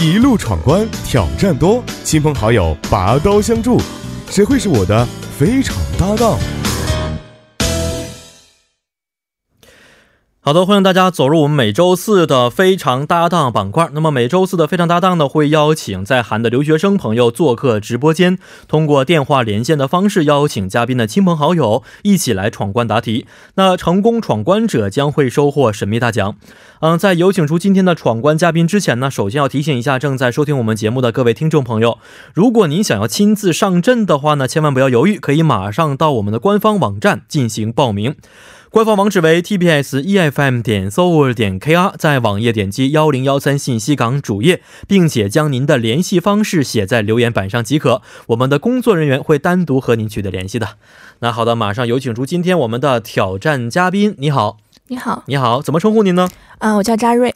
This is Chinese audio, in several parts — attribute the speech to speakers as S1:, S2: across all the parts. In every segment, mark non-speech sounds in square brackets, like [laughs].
S1: 一路闯关，挑战多，亲朋好友拔刀相助，谁会是我的非常搭档？
S2: 好的，欢迎大家走入我们每周四的非常搭档板块。那么每周四的非常搭档呢，会邀请在韩的留学生朋友做客直播间，通过电话连线的方式邀请嘉宾的亲朋好友一起来闯关答题。那成功闯关者将会收获神秘大奖。嗯，在有请出今天的闯关嘉宾之前呢，首先要提醒一下正在收听我们节目的各位听众朋友，如果您想要亲自上阵的话呢，千万不要犹豫，可以马上到我们的官方网站进行报名。官方网址为 tbs efm E 点 s o u r 点 kr，在网页点击幺零幺三信息港主页，并且将您的联系方式写在留言板上即可。我们的工作人员会单独和您取得联系的。那好的，马上有请出今天我们的挑战嘉宾。你好，
S3: 你好
S2: 你好，怎么称呼您呢？
S3: 啊，我叫扎瑞，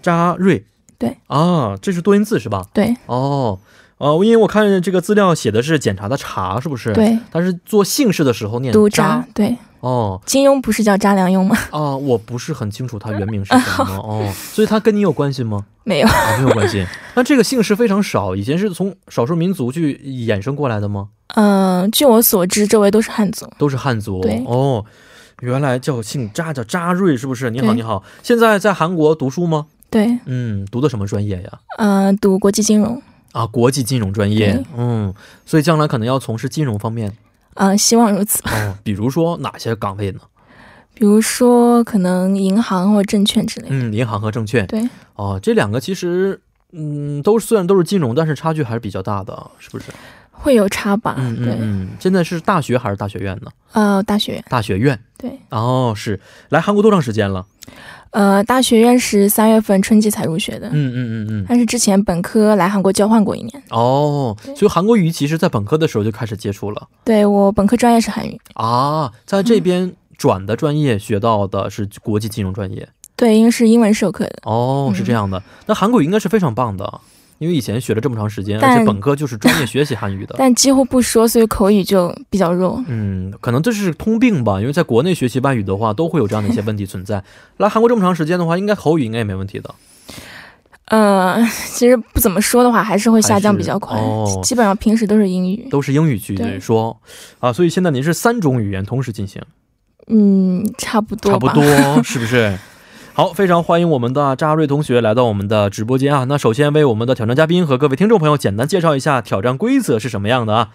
S2: 扎瑞。
S3: 对
S2: 啊，这是多音字是吧？
S3: 对
S2: 哦，呃，因为我看这个资料写的是检查的查，是不是？。
S3: 对，
S2: 但是做姓氏的时候念
S3: 读渣，对，
S2: 哦，
S3: 金庸不是叫查良镛吗？ [laughs]
S2: 啊、我不是很清楚他原名是什么哦，所以他跟你有关系吗？
S3: 没有，
S2: 啊，没有关系。那这个姓氏非常少，以前是从少数民族去衍生过来的吗？
S3: 嗯、据我所知，周围都是汉族。
S2: 都是汉族
S3: 对
S2: 哦。原来叫姓扎，叫扎瑞，是不是？你好，
S3: 对
S2: 你好。现在在韩国读书吗？
S3: 对，
S2: 嗯，读的什么专业呀？
S3: 嗯、读国际金融，
S2: 啊，国际金融专业
S3: 对。
S2: 嗯，所以将来可能要从事金融方面
S3: 嗯、希望如此。
S2: 哦。比如说哪些岗位呢？
S3: 比如说，可能银行或者证券之类的。
S2: 嗯，银行和证券。
S3: 对，
S2: 哦，这两个其实，嗯，都虽然都是金融，但是差距还是比较大的，是不是？
S3: 会有差吧？
S2: 嗯嗯
S3: 啊对，
S2: 嗯，现在是大学还是大学院呢？
S3: 呃，大学院，
S2: 大学院。
S3: 对，
S2: 哦，是来韩国多长时间了？
S3: 呃，大学院是三月份春季才入学的，
S2: 嗯嗯嗯嗯。
S3: 但是之前本科来韩国交换过一年。
S2: 哦，
S3: 对
S2: 所以韩国语其实在本科的时候就开始接触了
S3: 对我本科专业是韩语，
S2: 啊，在这边转的专业学到的是国际金融专业。
S3: 对，因为是英文授课的，
S2: 哦，
S3: 嗯
S2: 是这样的。那韩国语应该是非常棒的，因为以前学了这么长时间，
S3: 但
S2: 而且本科就是专业学习韩语的。
S3: 但几乎不说，所以口语就比较弱。
S2: 嗯，可能这是通病吧，因为在国内学习外语的话，都会有这样的一些问题存在。来韩国这么长时间的话，应该口语应该也没问题的。
S3: 呃， [laughs] 其实不怎么说的话，还是会下降比较快，
S2: 还是哦
S3: 基本上平时都是英语。
S2: 都是英语去
S3: 对
S2: 说啊，所以现在您是三种语言同时进行，
S3: 嗯，差不多
S2: 差
S3: 吧。
S2: 不多是不
S3: [laughs]
S2: 是？好，非常欢迎我们的扎瑞同学来到我们的直播间啊。那首先为我们的挑战嘉宾和各位听众朋友简单介绍一下挑战规则是什么样的啊。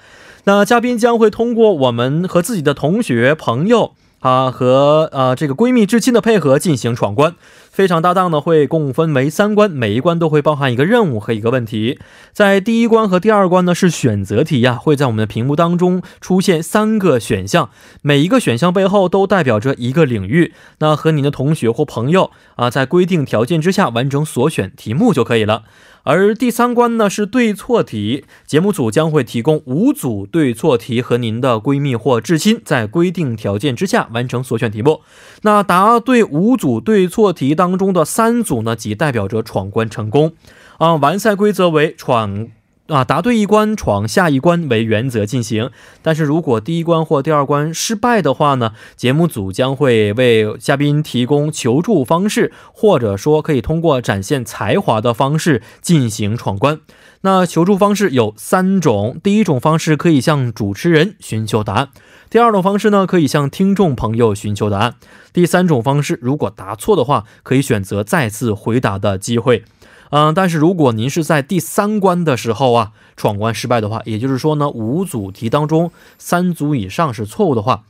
S2: 那嘉宾将会通过我们和自己的同学、朋友啊和呃这个闺蜜、至亲的配合进行闯关。非常搭档呢会共分为三关，每一关都会包含一个任务和一个问题。在第一关和第二关呢是选择题呀、会在我们的屏幕当中出现三个选项，每一个选项背后都代表着一个领域。那和您的同学或朋友啊，在规定条件之下完成所选题目就可以了。而第三关呢是对错题，节目组将会提供五组对错题和您的闺蜜或至亲，在规定条件之下完成所选题目。那答对五组对错题当中的三组呢，即代表着闯关成功。啊，完赛规则为闯啊，答对一关闯下一关为原则进行。但是如果第一关或第二关失败的话呢，节目组将会为嘉宾提供求助方式，或者说可以通过展现才华的方式进行闯关。那求助方式有三种，第一种方式可以向主持人寻求答案，第二种方式呢可以向听众朋友寻求答案，第三种方式如果答错的话，可以选择再次回答的机会。嗯，但是如果您是在第三关的时候啊，闯关失败的话，也就是说呢，五组题当中三组以上是错误的话，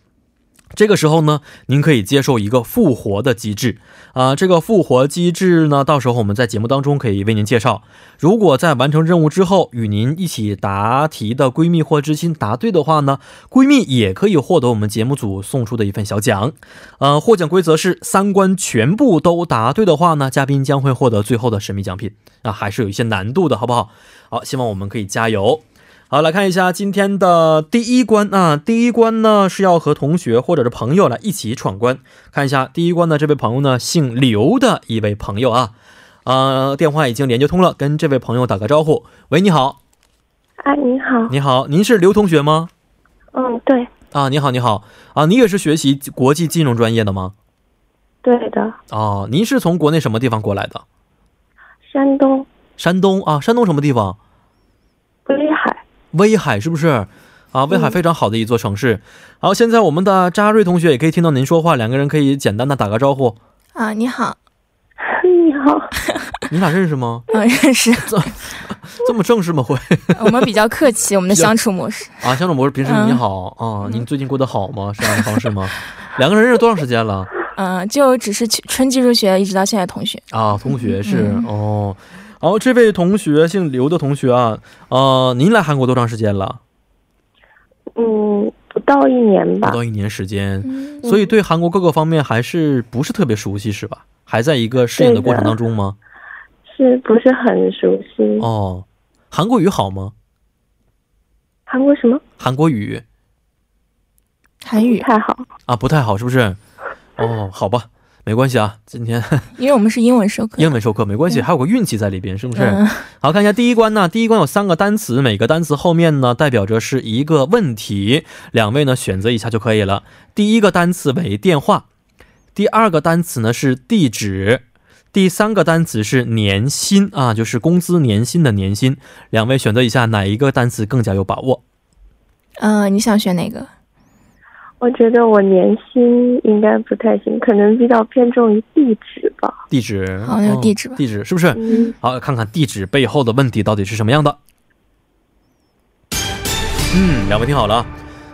S2: 这个时候呢，您可以接受一个复活的机制啊、这个复活机制呢，到时候我们在节目当中可以为您介绍。如果在完成任务之后，与您一起答题的闺蜜或知心答对的话呢，闺蜜也可以获得我们节目组送出的一份小奖。呃，获奖规则是三关全部都答对的话呢，嘉宾将会获得最后的神秘奖品啊，还是有一些难度的，好不好？好，希望我们可以加油。好，来看一下今天的第一关啊，第一关呢是要和同学或者是朋友来一起闯关。看一下第一关呢，这位朋友呢姓刘的一位朋友啊，呃，电话已经连接通了，跟这位朋友打个招呼。喂，你好，
S4: 哎，你好，
S2: 你好，您是刘同学吗？
S4: 嗯，对，
S2: 啊，你好，你好，啊，你也是学习国际金融专业的吗？啊
S4: 对的，
S2: 哦，您是从国内什么地方过来的？
S4: 山东，
S2: 山东啊，山东什么地方？
S4: 威海， [laughs]
S2: 威海是不是？啊，威海
S4: 嗯
S2: 非常好的一座城市。好，现在我们的扎瑞同学也可以听到您说话，两个人可以简单的打个招
S3: [laughs]
S2: 呼。
S3: 啊，你好，
S4: 你好，
S2: 你俩认识吗？
S3: 嗯， [laughs] 认识，
S2: 这么正式吗？
S3: [laughs]
S2: 会
S3: 我们比较客气，我们的相处模式，
S2: 啊，相处模式，平时你好、
S3: 嗯
S2: 啊，您最近过得好
S3: [laughs]
S2: 吗？是这样的方式吗？两个人认识多长时间了？
S3: 嗯，就只是去春季入学一直到现在同学，
S2: 啊，同学是、
S3: 嗯
S2: 哦。然后这位同学姓刘的同学啊，呃，您来韩国多长时间了？
S4: 嗯，不到一年
S2: 不
S4: 吧，
S2: 到一年时间，
S3: 嗯
S2: 所以对韩国各个方面还是不是特别熟悉是吧？还在一个适应的过程当中吗？
S4: 是不是很熟悉？
S2: 哦，韩国语好吗？
S4: 韩国什么
S2: 韩国语
S3: 韩
S4: 不
S3: 语，
S4: 太好？
S2: 啊不太好，是不是？哦，好吧，没关系啊，今天 [laughs]
S3: 因为我们是英文授课，
S2: 英文授课没关系，还有个运气在里边，是不是？
S3: 嗯
S2: 好，看一下第一关呢。第一关有三个单词，每个单词后面呢代表着是一个问题，两位呢选择一下就可以了。第一个单词为电话，第二个单词呢是地址，第三个单词是年薪啊，就是工资年薪的年薪。两位选择一下哪一个单词更加有把握？
S3: 嗯，你想选哪个？
S4: 我觉得我年薪应该不太行，可能比较偏重于地址吧。
S2: 地址，
S3: 好那就
S2: 嗯
S3: 地址吧
S2: 地址是不是？
S4: 嗯，
S2: 好，看看地址背后的问题到底是什么样的。嗯，两位听好了啊。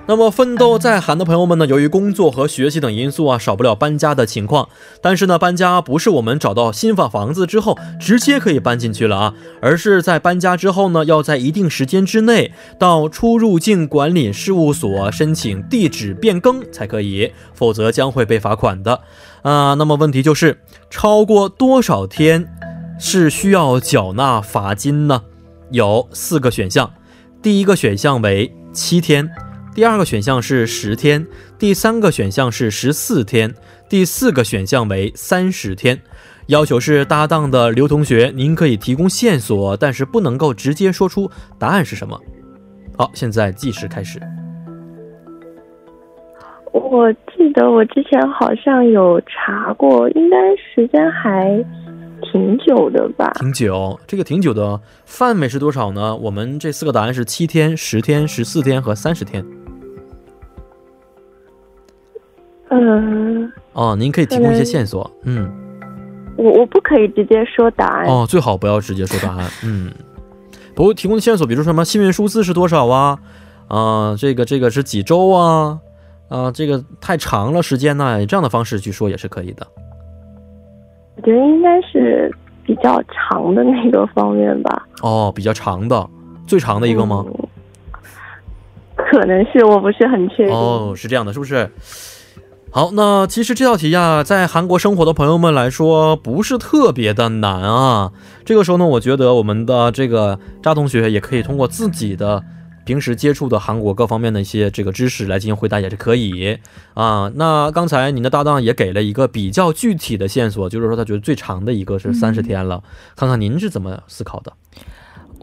S2: 那么，奋斗在韩的朋友们呢，由于工作和学习等因素啊，少不了搬家的情况。但是呢，搬家不是我们找到新房房子之后直接可以搬进去了啊，而是在搬家之后呢，要在一定时间之内到出入境管理事务所申请地址变更才可以，否则将会被罚款的。啊，那么问题就是超过多少天是需要缴纳罚金呢？有四个选项，第一个选项为七天，第二个选项是十天，第三个选项是十四天，第四个选项为三十天。要求是搭档的刘同学，您可以提供线索，但是不能够直接说出答案是什么。好，现在计时开始。
S4: 我记得我之前好像有查过，应该时间还挺久的吧。
S2: 挺久，这个挺久的范围是多少呢？我们这四个答案是七天、十天、十四天和三十天。
S4: 嗯、
S2: 哦，您可以提供一些线索。嗯，
S4: 我我不可以直接说答案。
S2: 哦，最好不要直接说答案。嗯，不过提供的线索，比如说什么幸运数字是多少啊？啊、这个这个是几周啊？啊、这个太长了时间呐、这样的方式去说也是可以的。
S4: 我觉得应该是比较长的那个方面吧。
S2: 哦，比较长的，最长的一个吗？
S4: 嗯可能是我不是很确定。
S2: 哦，是这样的，是不是？好，那其实这道题呀，在韩国生活的朋友们来说，不是特别的难啊。这个时候呢，我觉得我们的这个扎同学也可以通过自己的平时接触的韩国各方面的一些这个知识来进行回答，也是可以啊。那刚才您的搭档也给了一个比较具体的线索，就是说他觉得最长的一个是三十天了，看看您是怎么思考的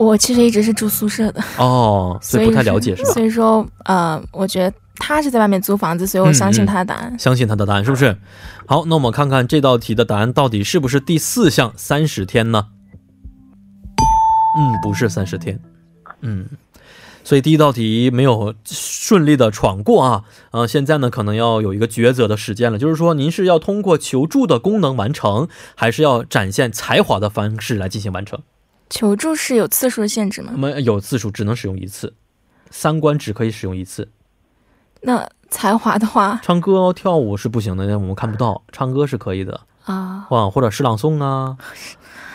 S3: 我其实一直是住宿舍的，
S2: 哦，所以不太了解是吧？
S3: 所以说，呃，我觉得他是在外面租房子，所以我
S2: 嗯
S3: 相信他的答案。
S2: 相信他的答案是不是？好，那我们看看这道题的答案到底是不是第四项三十天呢？嗯，不是三十天。嗯，所以第一道题没有顺利的闯过啊。呃，现在呢可能要有一个抉择的时间了，就是说您是要通过求助的功能完成，还是要展现才华的方式来进行完成？
S3: 求助是有次数的限制吗
S2: 那？么有次数只能使用一次，三观只可以使用一次。
S3: 那才华的话
S2: 唱歌跳舞是不行的，我们看不到，唱歌是可以的。
S3: 啊，
S2: 啊，或者诗朗诵
S3: [laughs]
S2: 啊，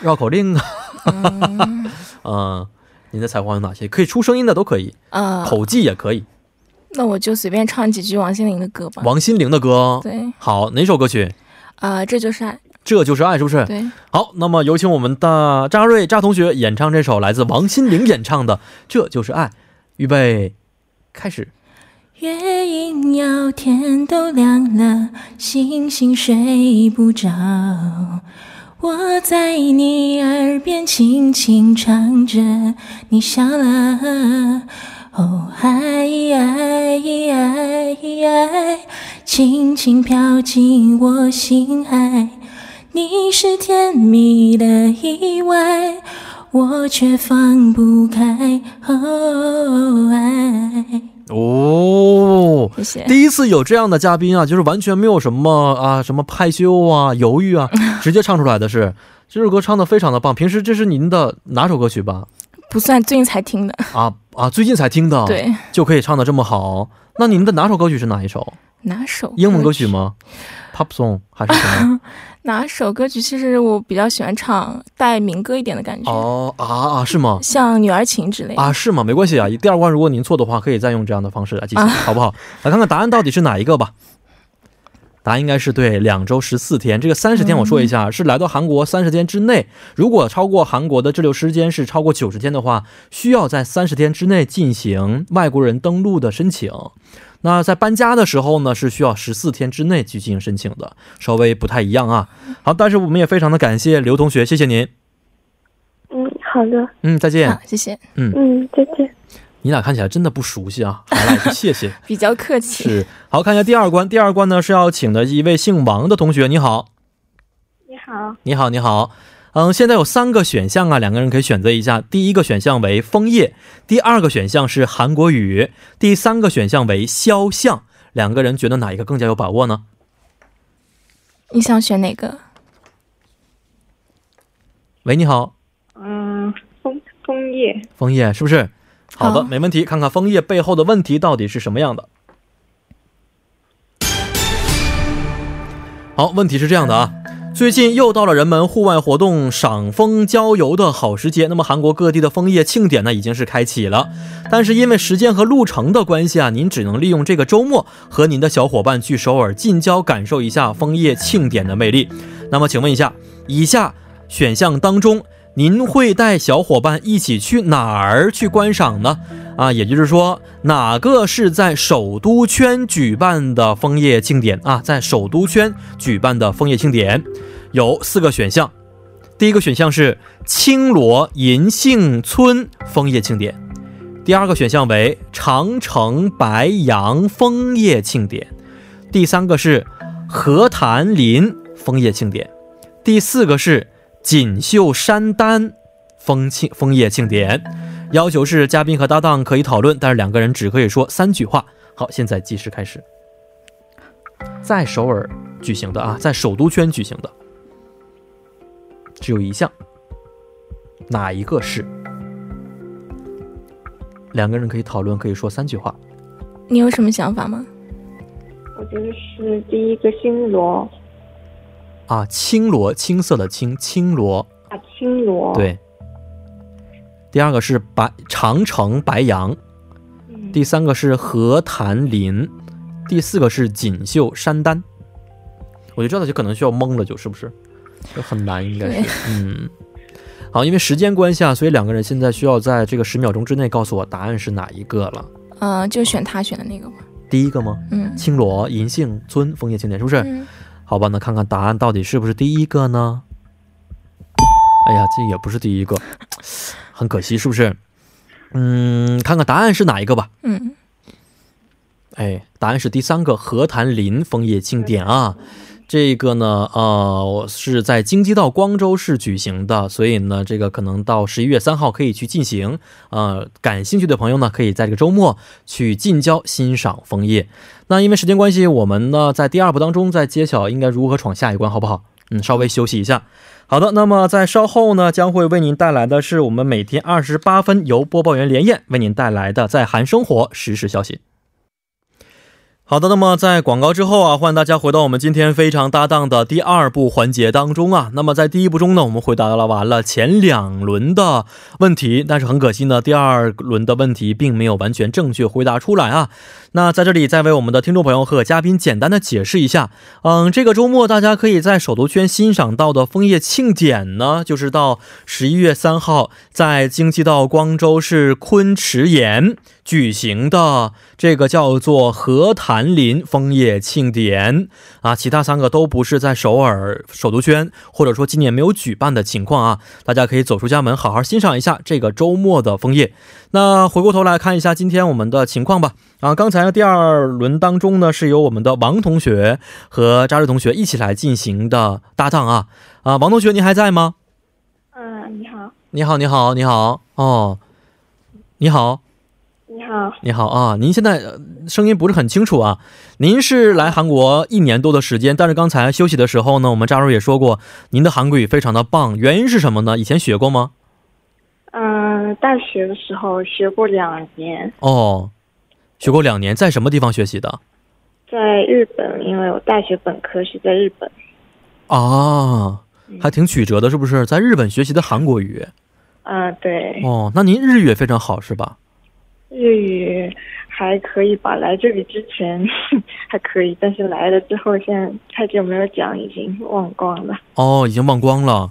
S2: 绕口令啊， [laughs]
S3: 嗯
S2: 嗯，您的才华有哪些？可以出声音的都可以，
S3: 呃，
S2: 口技也可以。
S3: 那我就随便唱几句王心凌的歌吧。
S2: 王心凌的歌，
S3: 啊对，
S2: 好，哪首歌曲？
S3: 啊，这就是爱。
S2: 这就是爱，是不是？
S3: 对，
S2: 好，那么有请我们的扎瑞扎同学演唱这首来自王心凌演唱的《这就是爱》。预备，开始。
S5: 月影摇，天都亮了，星星睡不着。我在你耳边轻轻唱着，你笑了。哦，爱爱爱爱，轻轻飘进我心海。你是甜蜜的意外，我却放不开。哦，爱。
S2: 哦，
S3: 谢谢。
S2: 第一次有这样的嘉宾啊，就是完全没有什么啊什么害羞啊、犹豫 [laughs] 啊，直接唱出来的是这首歌唱的非常的棒。平时这是您的哪首歌曲吧？
S3: 不算最近才听的，
S2: 啊啊，最近才听的，，
S3: 对，
S2: 就可以唱的这么好。那您的哪首歌曲是哪一首？
S3: 哪首
S2: 英文歌曲？吗？Pop song 还是什 [laughs] 么？
S3: 哪首歌曲？其实我比较喜欢唱带民歌一点的感觉，
S2: 哦啊啊，是吗？
S3: 像《女儿情》之类的。
S2: 啊，是吗？没关系啊。第二关如果您错的话，可以再用这样的方式来进行，好不好？ [laughs] 来看看答案到底是哪一个吧。答案应该是对，两周十四天。这个三十天，我说一下、是来到韩国三十天之内。如果超过韩国的滞留时间是超过九十天的话，需要在三十天之内进行外国人登陆的申请。那在搬家的时候呢，是需要十四天之内去进行申请的，稍微不太一样啊。好，但是我们也非常的感谢刘同学，谢谢您。
S4: 嗯，好的，
S2: 嗯，再见
S3: 啊。，谢谢，
S4: 嗯，再见。
S2: 你俩看起来真的不熟悉啊，还来一句谢谢。
S3: 比较客气。
S2: 是，好看一下第二关。第二关呢是要请的一位姓王的同学，你好，
S4: 你好，
S2: 你好，你好。嗯，现在有三个选项啊，两个人可以选择一下。第一个选项为枫叶，第二个选项是韩国语，第三个选项为肖像。两个人觉得哪一个更加有把握呢？
S3: 你想选哪个？
S2: 喂，你好，
S4: 嗯，枫枫叶，
S2: 枫叶，是不是？好的，
S3: 好
S2: 没问题。看看枫叶背后的问题到底是什么样的。好，问题是这样的啊，最近又到了人们户外活动、赏枫郊游的好时节。那么，韩国各地的枫叶庆典呢，已经是开启了，但是因为时间和路程的关系啊，您只能利用这个周末和您的小伙伴去首尔近郊感受一下枫叶庆典的魅力。那么，请问一下，以下选项当中，您会带小伙伴一起去哪儿去观赏呢？啊，也就是说，哪个是在首都圈举办的枫叶庆典啊？在首都圈举办的枫叶庆典，有四个选项。第一个选项是青罗银杏村枫叶庆典，第二个选项为长城白杨枫叶庆典，第三个是和潭林枫叶庆典，第四个是锦绣山丹枫庆枫叶庆典。要求是嘉宾和搭档可以讨论，但是两个人只可以说三句话。好，现在计时开始，在首尔举行的啊，在首都圈举行的，只有一项，哪一个是？两个人可以讨论，可以说三句话。
S3: 你有什么想法吗？
S4: 我觉得是第一个星罗
S2: 啊，青罗，青色的青，青罗，
S4: 啊，青罗，，
S2: 对。第二个是白长城白杨，
S4: 嗯、
S2: 第三个是和潭林，第四个是锦绣山丹。我就知道就可能需要蒙了，就是不是？就很难，应该是
S3: 对。
S2: 嗯，好，因为时间关系啊，所以两个人现在需要在这个十秒钟之内告诉我答案是哪一个了。
S3: 呃，就选他选的那个吧。
S2: 第一个吗？
S3: 嗯
S2: 青罗银杏村枫叶景点是不是？
S3: 嗯，
S2: 好吧，那看看答案到底是不是第一个呢？哎呀，这也不是第一个，很可惜，是不是？嗯，看看答案是哪一个吧。
S3: 嗯，
S2: 哎，答案是第三个和潭林枫叶庆典啊。这个呢，呃，我是在京畿道光州市举行的，所以呢，这个可能到十一月三号可以去进行。呃，感兴趣的朋友呢，可以在这个周末去近郊欣赏枫叶。那因为时间关系，我们呢在第二部当中再揭晓应该如何闯下一关，好不好？嗯，稍微休息一下。好的，那么在稍后呢，将会为您带来的是我们每天二十八分由播报员连燕为您带来的在韩生活实时消息。好的，那么在广告之后啊，欢迎大家回到我们今天非常搭档的第二部环节当中啊。那么在第一部中呢，我们回答了完了前两轮的问题，但是很可惜呢，第二轮的问题并没有完全正确回答出来啊。那在这里再为我们的听众朋友和嘉宾简单的解释一下，嗯，这个周末大家可以在首都圈欣赏到的枫叶庆典呢，就是到十一月三号在京畿道光州市昆池岩举行的这个叫做和潭林枫叶庆典啊，其他三个都不是在首尔首都圈，或者说今年没有举办的情况啊，大家可以走出家门，好好欣赏一下这个周末的枫叶。那回过头来看一下今天我们的情况吧。啊，刚才第二轮当中呢，是由我们的王同学和扎瑞同学一起来进行的搭档啊。啊，王同学，您还在吗？
S4: 嗯、你好，
S2: 你好，你好，你好，哦，你好，
S4: 你好，
S2: 你好啊，您现在呃声音不是很清楚啊。您是来韩国一年多的时间，但是刚才休息的时候呢，我们扎叔也说过，您的韩国语非常的棒，原因是什么呢？以前学过吗？
S4: 嗯、大学的时候学过两年，
S2: 哦，学过两年，在什么地方学习的？
S4: 在日本，因为我大学本科是在日本。
S2: 啊，还挺曲折的，是不是？在日本学习的韩国语。
S4: 嗯、对，
S2: 哦，那您日语也非常好，是吧？
S4: 日语还可以吧，来这里之前 [laughs] 还可以，但是来了之后，现在太久没有讲，已经忘光了。
S2: 哦，已经忘光了。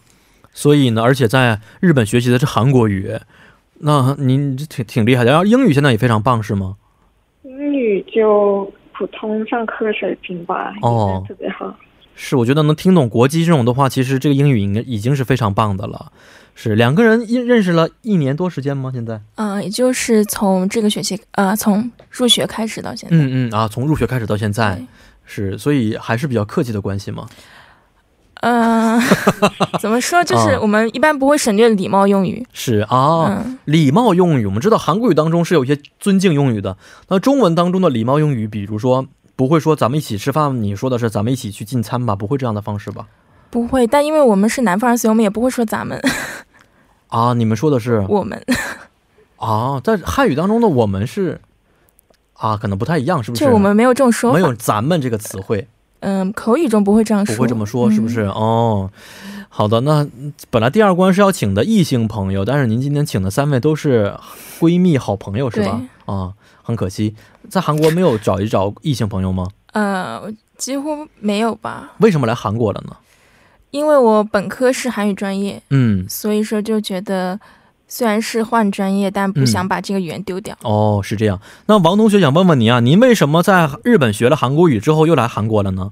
S2: 所以呢，而且在日本学习的是韩国语，那您这挺挺厉害的。然后英语现在也非常棒，是吗？
S4: 英语就普通上课水平吧，
S2: 哦
S4: 也不是特别好。
S2: 是，我觉得能听懂国际这种的话，其实这个英语应该已经是非常棒的了。是两个人一认识了一年多时间吗？现在？
S3: 嗯、也就是从这个学期，呃，从入学开始到现在，
S2: 嗯嗯啊，从入学开始到现在
S3: 对，
S2: 是，所以还是比较客气的关系嘛。
S3: 嗯、 [laughs] 怎么说，就是
S2: 啊
S3: 我们一般不会省略礼貌用语，
S2: 是啊，
S3: 嗯，
S2: 礼貌用语，我们知道韩国语当中是有一些尊敬用语的，那中文当中的礼貌用语，比如说不会说咱们一起吃饭，你说的是咱们一起去进餐吧，不会这样的方式吧？
S3: 不会，但因为我们是南方人，所以我们也不会说咱们，
S2: 啊，你们说的是
S3: 我们
S2: 啊，在汉语当中的我们是啊，可能不太一样，是不是？
S3: 就我们没有这种说
S2: 没
S3: 法，
S2: 有咱们这个词汇。
S3: 嗯、口语中不会这样说，
S2: 不会这么说，是不是？哦，好的，那本来第二关是要请的异性朋友，但是您今天请的三位都是闺蜜、好朋友，是吧？啊，很可惜，在韩国没有找一找异性朋友吗？
S3: 嗯？呃，几乎没有吧，
S2: 为什么来韩国了呢？
S3: 因为我本科是韩语专业，
S2: 嗯，
S3: 所以说就觉得虽然是换专业，但不
S2: 嗯
S3: 想把这个语言丢掉。
S2: 哦，是这样。那王同学想问问您啊，您为什么在日本学了韩国语之后又来韩国了呢？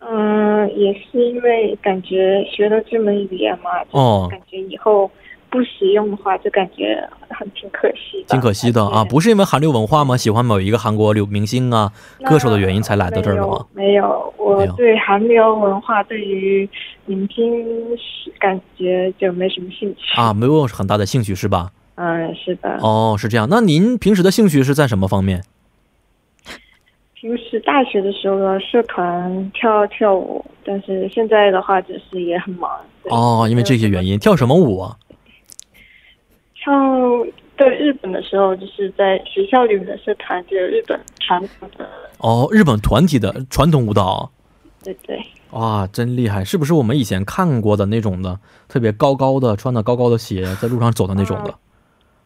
S4: 嗯、也是因为感觉学了这门语言嘛，
S2: 哦
S4: 感觉以后不使用的话，就感觉很挺可惜的。
S2: 挺可惜的啊，
S4: 而且
S2: 不是因为韩流文化吗？喜欢某一个韩国流明星啊、歌手的原因才来到这儿的吗？
S4: 没有没有，
S2: 没
S4: 我
S2: 有
S4: 对韩流文化对于明星是感觉就没什么兴趣
S2: 啊，。没有很大的兴趣是吧？
S4: 嗯，是的。
S2: 哦，是这样。那您平时的兴趣是在什么方面？
S4: 平时大学的时候呢，社团跳跳舞，但是现在的话就是也很忙。
S2: [laughs]
S4: 对
S2: 哦，因为这些原因，跳什么舞啊？
S4: 跳对日本的时候，就是在学校里面的社团，就有日本传统的，
S2: 哦，日本团体的传统舞蹈，
S4: 对对。
S2: 哇，真厉害！是不是我们以前看过的那种的，特别高高的，穿的高高的鞋，在路上走的那种的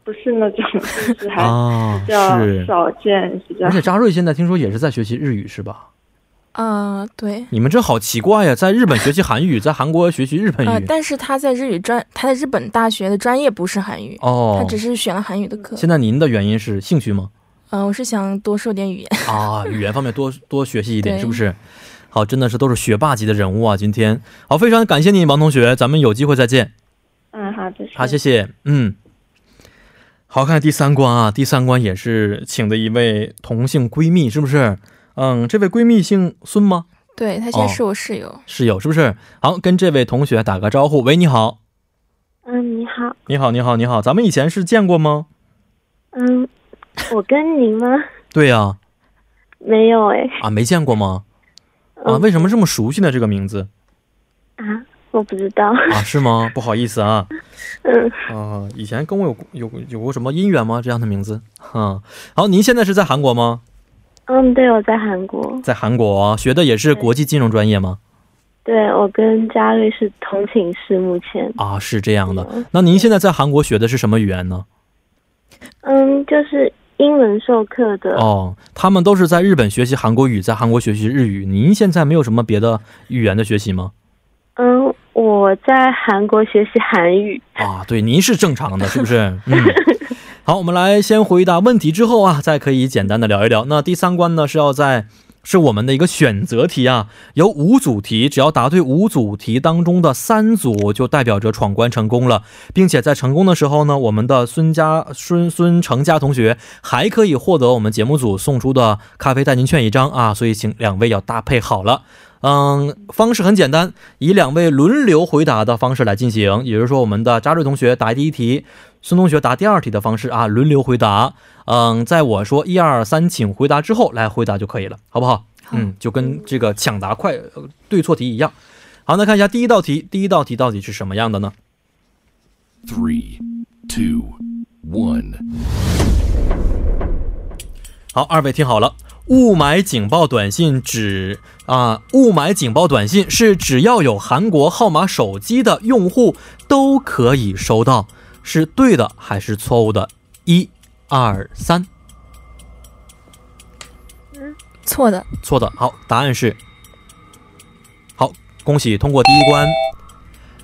S4: 不是那种，就是哦还
S2: 啊？
S4: 比较
S2: 是。
S4: 少见，比较
S2: 而且扎瑞现在听说也是在学习日语，是吧？
S3: 嗯、对，
S2: 你们这好奇怪呀，在日本学习韩语，在韩国学习日本
S3: 呃，
S2: 语。
S3: 但是他在日语专，他在日本大学的专业不是韩语，他
S2: 哦，
S3: 只是选了韩语的课。
S2: 现在您的原因是兴趣吗？
S3: 嗯、我是想多受点语言。 [laughs]
S2: 啊，语言方面多多学习一点，
S3: 对
S2: 是不是？好，真的是都是学霸级的人物啊！今天好，非常感谢你，王同学，咱们有机会再见。
S4: 嗯，好的，
S2: 好，谢
S4: 谢。
S2: 谢。嗯，好看第三关啊，第三关也是请的一位同性闺蜜，是不是？嗯，这位闺蜜姓孙吗？
S3: 对他现在
S2: 哦
S3: 是我室友，
S2: 室友是不是？好，跟这位同学打个招呼。喂，你好，
S4: 嗯，你好，
S2: 你好，你好，你好，咱们以前是见过吗？
S4: 嗯，我跟你吗？
S2: 对呀、
S4: 没有哎，
S2: 啊，没见过吗？啊，
S4: 嗯
S2: 为什么这么熟悉呢？这个名字
S4: 啊，我不知道。 [laughs]
S2: 啊，是吗？不好意思啊。
S4: 嗯，
S2: 啊，以前跟我有有有过什么姻缘吗？这样的名字？啊，好，您现在是在韩国吗？
S4: 嗯，对，我在韩国，
S2: 在韩国啊学的也是国际金融专业吗？
S4: 对我跟嘉瑞是同寝室，目前。
S2: 啊，是这样的。那您现在在韩国学的是什么语言呢？
S4: 嗯，就是英文授课的。
S2: 哦，他们都是在日本学习韩国语，在韩国学习日语。您现在没有什么别的语言的学习吗？
S4: 嗯，我在韩国学习韩语。
S2: [laughs] 啊，对，您是正常的，是不是？嗯。好，我们来先回答问题之后啊，再可以简单的聊一聊。那第三关呢，是要在是我们的一个选择题啊，有五组题，只要答对五组题当中的三组，就代表着闯关成功了，并且在成功的时候呢，我们的孙家孙孙成家同学还可以获得我们节目组送出的咖啡代金券一张啊，所以请两位要搭配好了。嗯，方式很简单，以两位轮流回答的方式来进行，也就是说，我们的扎瑞同学答第一题，孙同学答第二题的方式啊，轮流回答。嗯，在我说一二三，请回答之后来回答就可以了，好不好？嗯，就跟这个抢答快呃对错题一样。好，那看一下第一道题，第一道题到底是什么样的呢？
S6: Three, two, one.
S2: 好，二位听好了，雾霾警报短信指啊，雾霾警报短信是只要有韩国号码手机的用户都可以收到，是对的还是错误的？一、二、三，
S3: 错的，
S2: 错的。好，答案是好，恭喜通过第一关。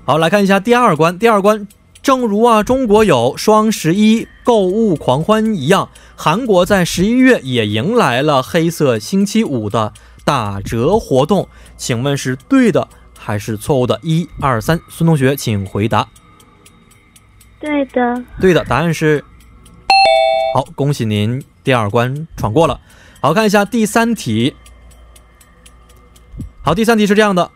S2: 好，来看一下第二关。第二关，正如啊中国有双十一购物狂欢一样，韩国在十一月也迎来了黑色星期五的打折活动。请问是对的还是错误的？一二三，孙同学请回答。
S7: 对的，
S2: 对的，答案是好，恭喜您第二关闯过了。好看一下第三题。好，第三题是这样的：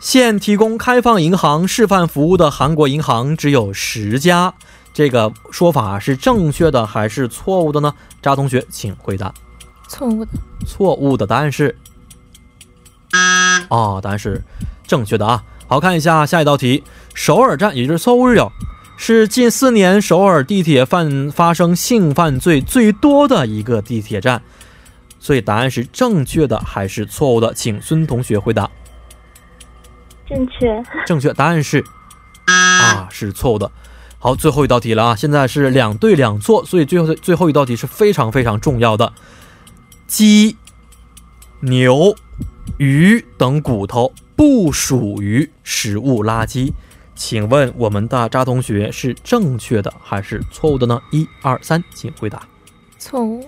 S2: 现提供开放银行示范服务的韩国银行只有十家，这个说法是正确的还是错误的呢？扎同学，请回答。
S3: 错误的，
S2: 错误的答案是，哦，答案是正确的啊。好看一下下一道题，首尔站也就是 Seoul 是近四年首尔地铁犯发生性犯罪最多的一个地铁站，所以答案是正确的还是错误的？请孙同学回答。
S7: 正确。
S2: 正确答案是啊，是错误的。好，最后一道题了啊！现在是两对两错，所以最后最后一道题是非常非常重要的。鸡、牛、鱼等骨头不属于食物垃圾，请问我们的扎同学是正确的还是错误的呢？一二三，请回答。
S3: 错误，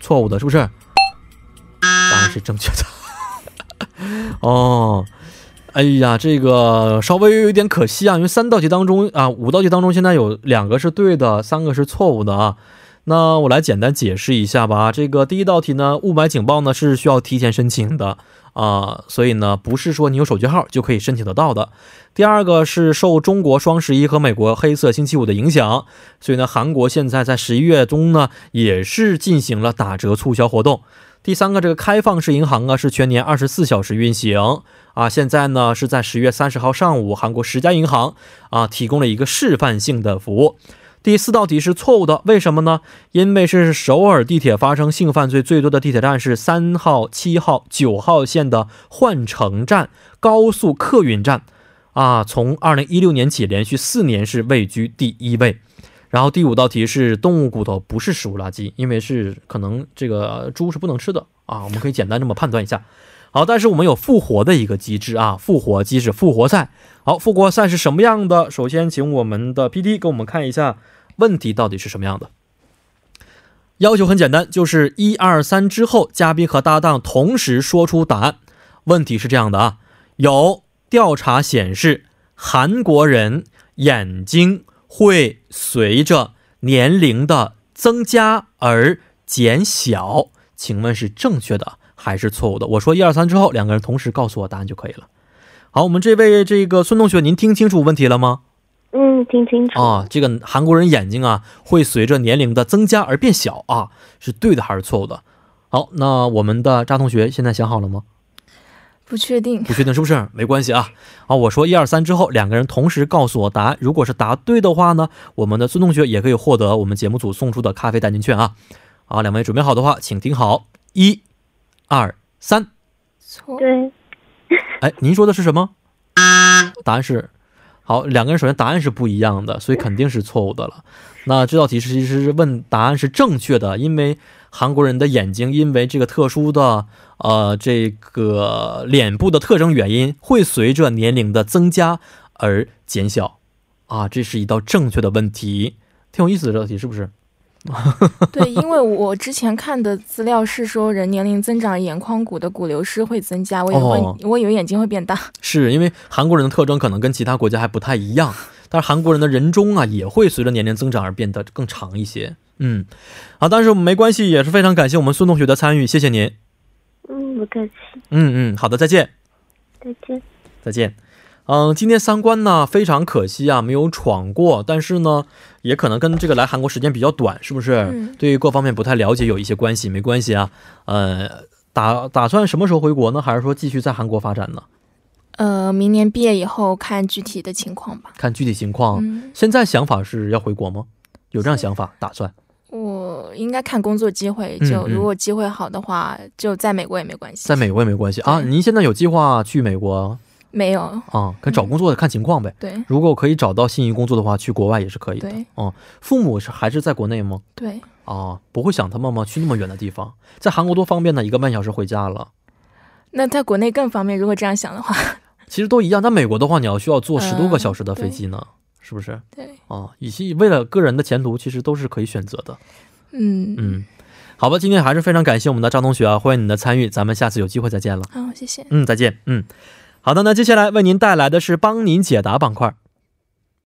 S2: 错误的，是不是？答案是正确的。 [laughs] 哦，哎呀，这个稍微有点可惜啊，因为三道题当中啊，五道题当中现在有两个是对的，三个是错误的啊。那我来简单解释一下吧。这个第一道题呢，雾霾警报呢是需要提前申请的啊、所以呢不是说你有手机号就可以申请得到的。第二个是受中国双十一和美国黑色星期五的影响，所以呢韩国现在在十一月中呢也是进行了打折促销活动。第三个，这个开放式银行啊是全年二十四小时运行啊。现在呢是在十月三十号上午，韩国十家银行啊提供了一个示范性的服务。第四道题是错误的，为什么呢？因为是首尔地铁发生性犯罪最多的地铁站是三号、七号、九号线的换乘站高速客运站啊，从二零一六年起连续四年是位居第一位。然后第五道题是动物骨头不是食物垃圾，因为是可能这个猪是不能吃的啊，我们可以简单这么判断一下。好，但是我们有复活的一个机制啊，复活机制，复活赛。好，复活赛是什么样的？首先，请我们的 P D 给我们看一下问题到底是什么样的。要求很简单，就是一二三之后，嘉宾和搭档同时说出答案。问题是这样的啊，有调查显示，韩国人眼睛会随着年龄的增加而减小，请问是正确的还是错误的？我说一二三之后，两个人同时告诉我答案就可以了。好，我们这位这个孙同学，您听清楚问题了吗？
S7: 嗯，听清楚。
S2: 啊，这个韩国人眼睛啊会随着年龄的增加而变小啊，是对的还是错误的？好，那我们的扎同学现在想好了吗？
S3: 不确定，
S2: 不确定是不是？没关系啊。好，我说一二三之后，两个人同时告诉我答案。如果是答对的话呢，我们的孙同学也可以获得我们节目组送出的咖啡代金券啊。好，两位准备好的话，请听好，一、二、三。
S3: 错，
S7: 对，
S2: 哎，您说的是什么？答案是，好，两个人首先答案是不一样的，所以肯定是错误的了。那这道题其实是问答案是正确的，因为韩国人的眼睛因为这个特殊的呃这个脸部的特征原因，会随着年龄的增加而减小啊，这是一道正确的问题，挺有意思的这道题是不是？
S3: 对，因为我之前看的资料是说，人年龄增长，眼眶骨的骨流失会增加。我以为会、
S2: 哦
S3: 我以为眼睛会变大。
S2: 是因为韩国人的特征可能跟其他国家还不太一样，但是韩国人的人中啊也会随着年龄增长而变得更长一些。嗯，好，但是没关系，也是非常感谢我们孙同学的参与，谢谢您。
S7: 嗯，不客气，
S2: 嗯嗯，好的，再见。
S7: 再见。
S2: 再见。嗯，今天三关呢非常可惜啊，没有闯过，但是呢，也可能跟这个来韩国时间比较短，是不是？
S3: 嗯
S2: 对于各方面不太了解有一些关系，没关系啊。呃，打打算什么时候回国呢？还是说继续在韩国发展呢？
S3: [laughs] 呃，明年毕业以后看具体的情况吧。
S2: 看具体情况。
S3: 嗯，
S2: 现在想法是要回国吗？有这样想法打
S3: [laughs]
S2: 算？
S3: 我应该看工作机会，
S2: 嗯
S3: 就
S2: 嗯
S3: 如果机会好的话，就在美国也没关系。
S2: 在美国也没关系啊。
S3: 对嗯
S2: 您现在有计划去美国
S3: 没有，
S2: 啊？跟找工作的看情况呗。
S3: 对
S2: 如果可以找到心仪工作的话，去国外也是可以的。
S3: 对
S2: 哦、父母是还是在国内吗？
S3: 对，
S2: 啊，不会想他们吗？去那么远的地方，在韩国多方便呢，一个半小时回家了。
S3: 那在国内更方便。如果这样想的话，
S2: 其实都一样，在美国的话，你要需要坐十多个
S3: 嗯
S2: 小时的飞
S3: 对
S2: 机呢，是不是？
S3: 对，
S2: 啊，以及为了个人的前途，其实都是可以选择的。
S3: 嗯嗯，
S2: 嗯，好吧，今天还是非常感谢我们的张同学啊，欢迎你的参与，咱们下次有机会再见了。
S3: 好，谢谢。
S2: 嗯，再见。嗯，好的，那接下来为您带来的是帮您解答板块。